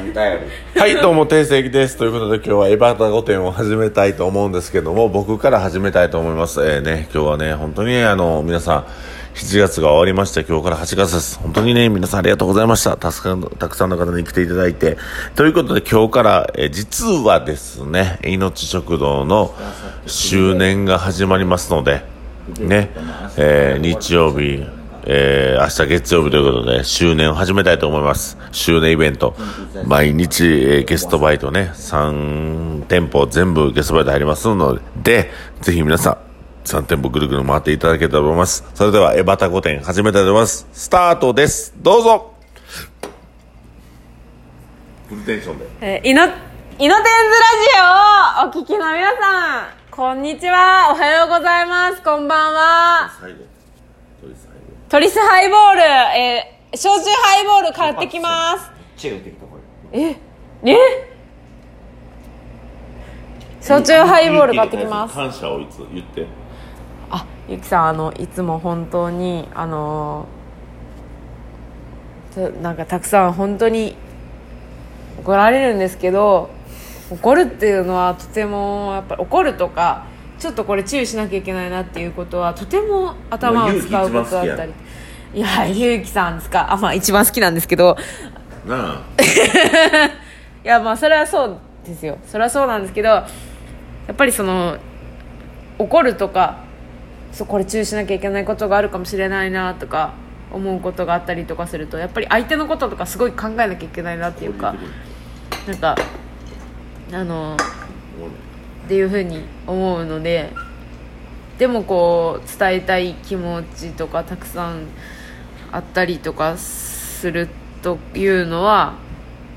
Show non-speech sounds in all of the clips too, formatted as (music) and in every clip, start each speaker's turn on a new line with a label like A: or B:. A: んだより
B: はい、どうも、定石です。ということで、今日はエバータ御殿を始めたいと思うんですけども、僕から始めたいと思います。えー、ね、今日はね、本当にね、あの、皆さん、7月が終わりまして、今日から8月です。本当にね、皆さんありがとうございました。たくさん、たくさんの方に来ていただいて。ということで、今日から、えー実はですね、命食堂の周年が始まりますので、ね、えー日曜日、えー明日月曜日ということで、周年を始めたいと思います。周年イベント。毎日、えーゲストバイトね、3店舗全部ゲストバイト入りますので、ぜひ皆さん、3店舗ぐるぐる回っていただけたらと思います。それでは、エバタ5店始めたいと思います。スタートです。どうぞフルテンションで。
C: えー、イノ、イノテンズラジオをお聞きの皆さん、こんにちは、おはようございます、こんばんは。
B: 最後。
C: トリスハイボール、えー、焼酎ハイボール買ってきます。
A: チェ打ってきたこれ
C: え焼酎ハイボール買ってきます。
B: 感謝をいつ言って。
C: あ、ゆきさん、あの、いつも本当に、あのーちょなんかたくさん本当に怒られるんですけど、怒るっていうのはとても、やっぱり怒るとか、ちょっとこれ注意しなきゃいけないなっていうことは、とても頭を使うことだったり。いや、ゆうきさんですか。あ、まあ一番好きなんですけど、
B: なあ。
C: いやまあそれはそうですよそれはそうなんですけどやっぱりその怒るとかそうこれ注意しなきゃいけないことがあるかもしれないなとか思うことがあったりとかするとやっぱり相手のこととかすごい考えなきゃいけないなっていうかなんかあのっていうふうに思うのででもこう伝えたい気持ちとかたくさんあったりとかするというのは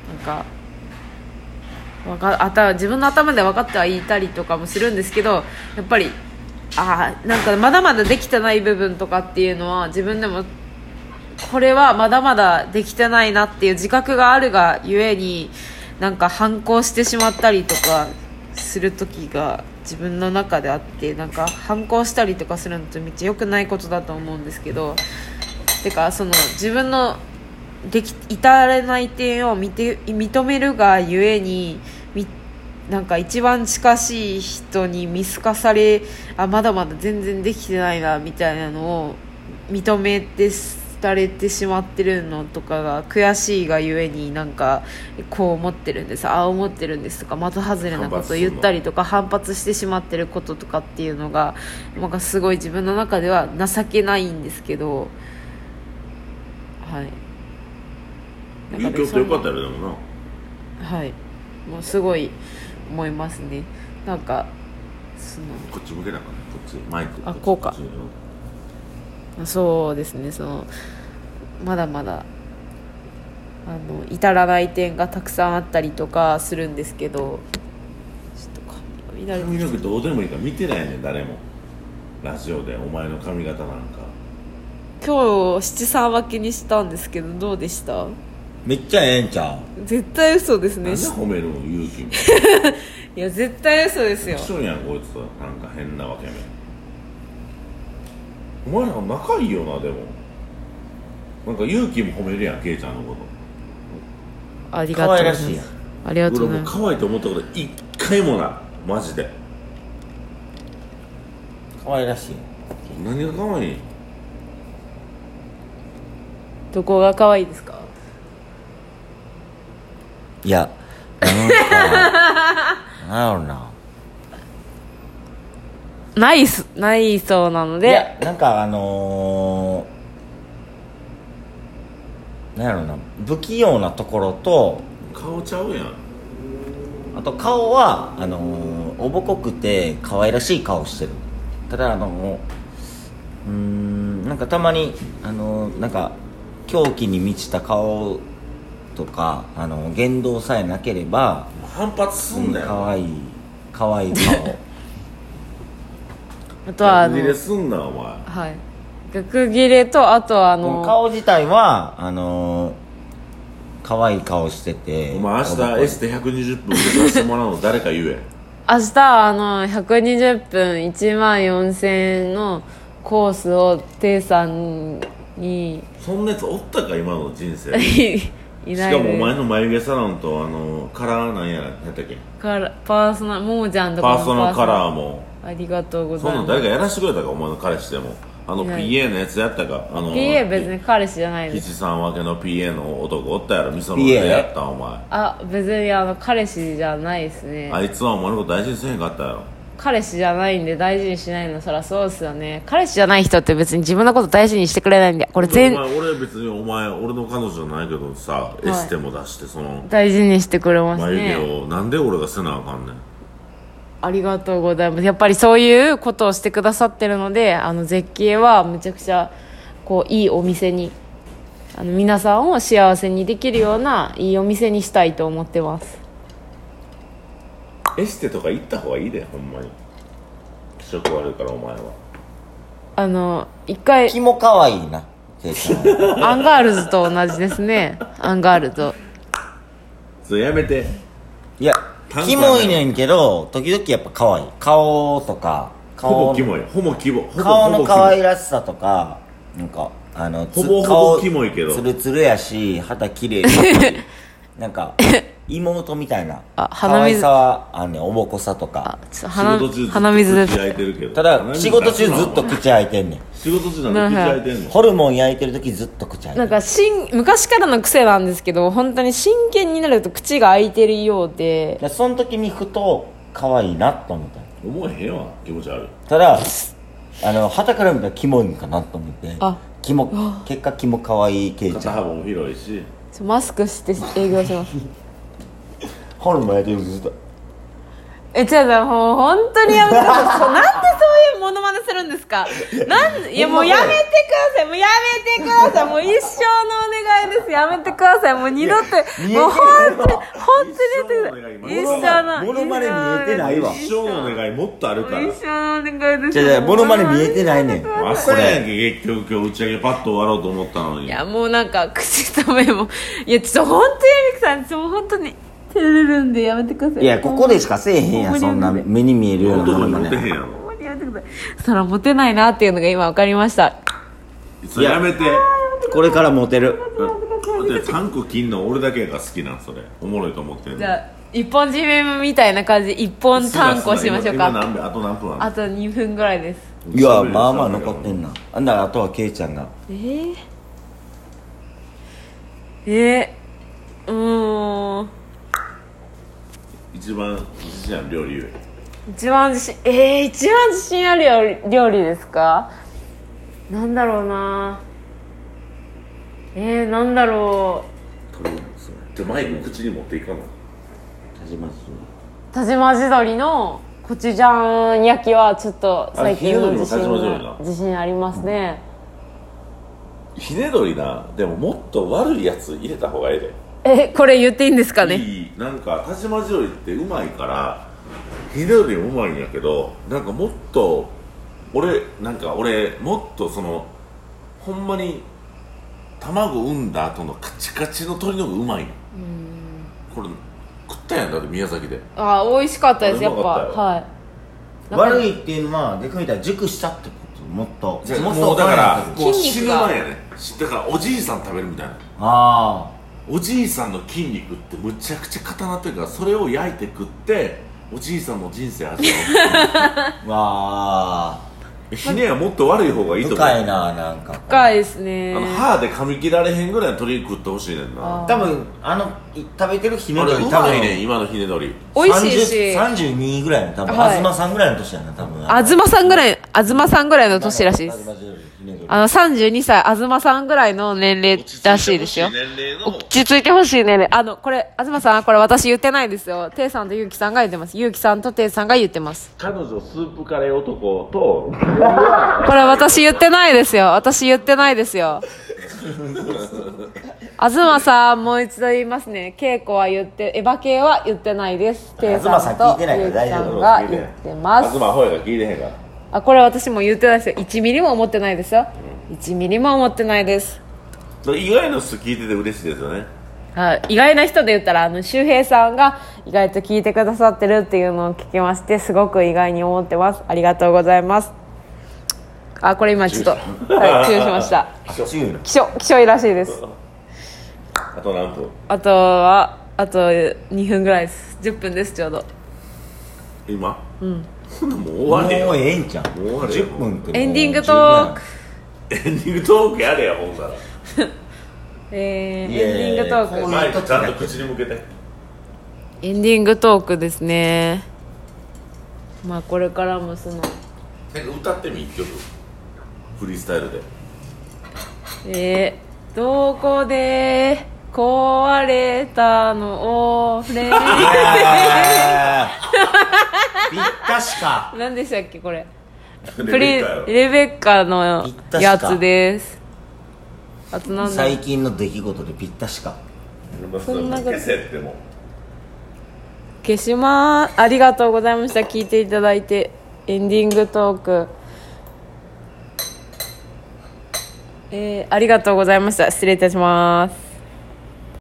C: なんかわかあた自分の頭で分かってはいたりとかもするんですけどやっぱりあーなんかまだまだできてない部分とかっていうのは自分でもこれはまだまだできてないなっていう自覚があるがゆえになんか反抗してしまったりとかする時が自分の中であってなんか反抗したりとかするのってめっちゃ良くないことだと思うんですけどてかその自分のでき至らない点を見て認めるがゆえにみなんか一番近しい人に見透かされあまだまだ全然できてないなみたいなのを認めてされてしまってるのとかが悔しいがゆえになんかこう思ってるんですああ思ってるんですとか的外れなことを言ったりとか反発してしまってることとかっていうのがなんかすごい自分の中では情けないんですけどはい。
B: 勇気ってよかったよね、でもな。
C: はいもうすごい思いますねなんかそ
B: こっち向けなあかんねこっちマイク
C: あこうか
B: っちに
C: のそうですねそのまだまだあの至らない点がたくさんあったりとかするんですけどちょっと髪が乱れ
B: 髪の毛どうでもいいから見てないねん誰もラジオでお前の髪型なんか
C: 今日七三分けにしたんですけどどうでした
A: めっちゃええんちゃう
C: 絶対嘘です
B: なん
C: ね
B: で褒めるの勇気も
C: いや絶対嘘ですよ
B: 一緒やんこいつとなんか変なわけめお前なんか仲いいよなでもなんか勇気も褒めるやんケイちゃんのこ
C: ありがとうございま
A: 可愛らしい
C: す
A: やん
C: ありが
B: と
C: とう
B: 俺
C: ござい
B: も
C: ます
B: 可愛いと思ったこと一回もないマジで
A: 可愛らしい
B: 何が可愛い
C: どこが可愛いですか
A: いやなんかなんやろな
C: ないすないそうなの
A: い
C: で
A: やなんかあのー、なんやろな不器用なところと
B: 顔ちゃうやん
A: あと顔はあのー、おぼこくて可愛らしい顔してるただあのうーんなんかたまにあのーなんか狂気に満ちた顔とかあの言動さえなければ
B: 反発すんだよ
A: 可愛い可愛い顔
C: あとはあの
B: 逆ギレすんなお前
C: はい逆切れとあとはあの
A: (laughs) 顔自体はあのー可愛い顔してて
B: お前明日エステ120分受けさせてもらうの (laughs) 誰か言え
C: 明日あの120分1万4000円のコースをテイさんに (laughs)
B: そんなやつおったか今の人生
C: いい
B: し
C: ない
B: かもお前
C: の
B: の眉毛サロンとあのカラーなんやら何やったっけ
C: カラパーソナルももちゃんとか
B: パ
C: の
B: ーソナルカ
C: パ
B: ラ
C: ー
B: ーも
C: ソナルありがとうご
B: そん
C: ざい
B: なん
C: ます
B: 誰かやらしてくれたかお前の彼氏でもあの
C: いない
B: PA のやつやったかあの
C: PA 別に彼氏じゃないです
B: 吉さんわけの PA の男おったやろみその
A: PA
B: でやったお前
C: あ別にあの彼氏じゃないですね
B: あいつはお前のこと大事にせえへんかったやろ
C: 彼氏じゃないんで大事にしないのそらそうですよね彼氏じゃない人って別に自分のこと大事にしてくれないんでこれ
B: お前
C: 全
B: 俺別にお前俺の彼女じゃないけどさエステも出してその
C: 大事にしてくれます
B: 眉毛
C: ね
B: をなんで俺がせなあかんねん
C: ありがとうございますやっぱりそういうことをしてくださってるのであの絶景はむちゃくちゃこういいお店にあの皆さんを幸せにできるようないいお店にしたいと思ってます
B: エステとか行った方がいいでほんまに気色悪いからお前は
C: あの一回
A: 気も可愛いなケイち
B: (laughs)
A: ゃんは
C: アンガールズと同じですねアンガールズと
B: それやめて
A: いや
B: 単価
A: キモいねんけど時々やっぱ可愛い顔とか
B: ほぼ
A: 顔
B: キモいほぼキモほぼ
A: 顔
B: ほ
A: の
B: ぼキモ
A: 可愛らしさとかなんかあのつ
B: ほぼほぼ
A: 顔
B: キモいけど
A: ツルツルやし肌綺麗や
B: (laughs)
A: しなんか妹みたいな
C: あ
A: 可
C: 鼻
A: 愛
C: 水
A: さはあんねんおぼこさと
C: あ
A: か
C: ちょ
B: 仕
C: 鼻
B: 事中ずっと
C: 鼻水で
B: 口開いてるけど
A: ただ仕事中ずっと口開いてんねん
B: 仕事中なんで口開いてんの
A: ホルモン焼いてる時ずっと口開いて
C: なんんかしん昔からの癖なんですけど本当に真剣になると口が開いてるようで
A: でその時にふと可愛いなと思ったの
B: 思えへんわ気持ち悪い
A: ただあの肌から見たらキモいんかなと思って
C: あ
A: キモ結果キモ可愛いケイち
B: 肩
A: ゃん
B: 幅も広いし
C: ちょマスクして営業します
A: ホルモン焼いてる時ずっと
C: え違う違うもう本当にやめ
A: (laughs)
C: てくださいそうなんでそういうモノマネするんですかなんいやもうやめてくださいもうやめてくださいもう一生のお願いですやめてくださいもう二度と
A: 見えてる
C: もう本当に本当にやってください
B: 一
C: 一
B: 生
C: 生
B: の
C: の
A: モノマネ見えてないわ
B: 一生の願いもっとあるから
C: 一生のお願いです
A: じゃじゃモノマネ見えてないねん
B: あそやんけ結局今日打ち上げパッと終わろうと思ったの
C: い
B: に
C: やもうなんか口と目もいやちょっと本当にエミクさんちょっと本当に照れるんでやめてください
A: いやここでしかせえへんやんそんな目に見えるようなも
B: 男に
A: の
B: モ
A: ま
B: テ
A: で
B: へんやろ
C: ほんまにやめてくださいそらモテないなっていうのが今分かりました
B: それやめて
A: これからモテる
B: タンク切んの俺だけが好きなんそれおもろいと思ってんの
C: じゃあ一本締めみたいな感じで一本単行しましょう
B: 今
C: か
B: 何分あと何分あ
C: あと2分ぐらいです
A: いやまあまあ残ってんなあんならあとはケイちゃんが
C: えー、えー、うーん
B: 一番自信ある料理言
C: 一番自信えー、一番自信ある料理料理ですかなんだろうなえー、なんだろ
B: じゃマイク口に持っていかな
A: 田島氏
C: う田島地鶏のコチュジャン焼きはちょっと最近
B: あ
C: の
B: ひね
C: 自
B: 鶏も田島地鶏
C: 信
B: だ
C: が自信ありますね、
B: ひねどりなでももっと悪いやつ入れた方がええで
C: えこれ言っていいんですかね
B: いいなんか田島料理ってうまいからひねどりもうまいんやけどなんかもっと俺なんか俺もっとそのほんまに卵産んだ後のカチカチの鶏の方がうまいのこれ食ったやんだって宮崎で
C: あー美味しかったですやっぱ
B: うまかったよ
C: はいなんか
A: 悪いっていうのは逆に言ったら熟したってこともっと
B: じゃあ
A: もっ
B: も
A: と
B: うだから
A: あ
B: もう死ぬ
C: 筋肉が
B: 前やねしだからおじいさん食べるみたいな
A: あ
B: おじいさんの筋肉ってむちゃくちゃ固なってるからそれを焼いて食っておじいさんの人生味わ (laughs)
A: ーわあ
B: うひねはもっと悪い方がいいと思う
A: 深いななんか
C: 深いですね
B: あの歯で噛み切られへんぐらいの鶏食ってほしいねんなあ
A: 多分あのい食べてるひね
B: れ
A: どり
B: う
A: 多
B: ま
A: 分
B: いねん今のひねどり
C: 美味しいし
A: 30 32ぐらいの多分、
C: はい
A: 東さんぐらいの年やな多分
C: 東さんぐらい東さんぐらいの年らしいですあの32歳東さんぐらいの年齢らしいですよ
B: 落ち着いてほしい年齢の
C: 落ち着いてほしい年齢あのこれ東さんこれ私言ってないですよていさんとゆうきさんが言ってますゆうきさんとていさんが言ってます
B: 彼女スープカレー男と
C: これ私言ってないですよ私言ってないで
B: (laughs)
C: すよ東さんもう一度言いますね稽古は言ってエヴァ系は言ってないですていさ
A: 東さん
C: んと
A: 聞いてないか
C: ゆう
A: ら大
C: きさ
A: 丈
C: ん
A: 夫
C: が言ってます
B: 東ホヤが聞いてへんから
C: あこれ私も言ってないですよ1ミリも思ってないですよ1ミリも思ってないです、
B: 意外な人聞いてて嬉しいですよね
C: はい、意外な人で言ったらあの周平さんが意外と聞いてくださってるっていうのを聞きましてすごく意外に思ってますありがとうございます
B: (laughs)
C: あこれ今ちょっとはい注意しました
A: 中の
C: 気象気象いらしいです
B: あと何分
C: あとはあと2分ぐらいです10分ですちょうど
B: 今うんほんなもう終われ
A: もう
B: よ
A: ええんちゃう
B: もう終われよ
A: 10分ってもう
C: エンディングトーク
B: エンディングトークやれやほんなら
C: えー、
A: イエーイ
C: エンディングトー
A: こう
C: ク
A: いう
B: 前
A: 時
B: ちゃ
A: だけ
B: んと口に向けて
C: エンディングトークですねまあこれからもその
B: え歌ってみ一曲フリースタイルで
C: えー、どこで壊れたの
A: (laughs)
C: 俺
A: やーぴったしか
C: 何でしたっけこれ
B: レ
C: プリ
B: ベッカやろ
C: レベッカの
A: ぴったしか
C: やつですあとなんだ
A: 最近の出来事でぴったしか
C: そんなこと
B: 消せってもう
C: 消しまーすありがとうございました聞いていただいてエンディングトークえー、ありがとうございました失礼いたします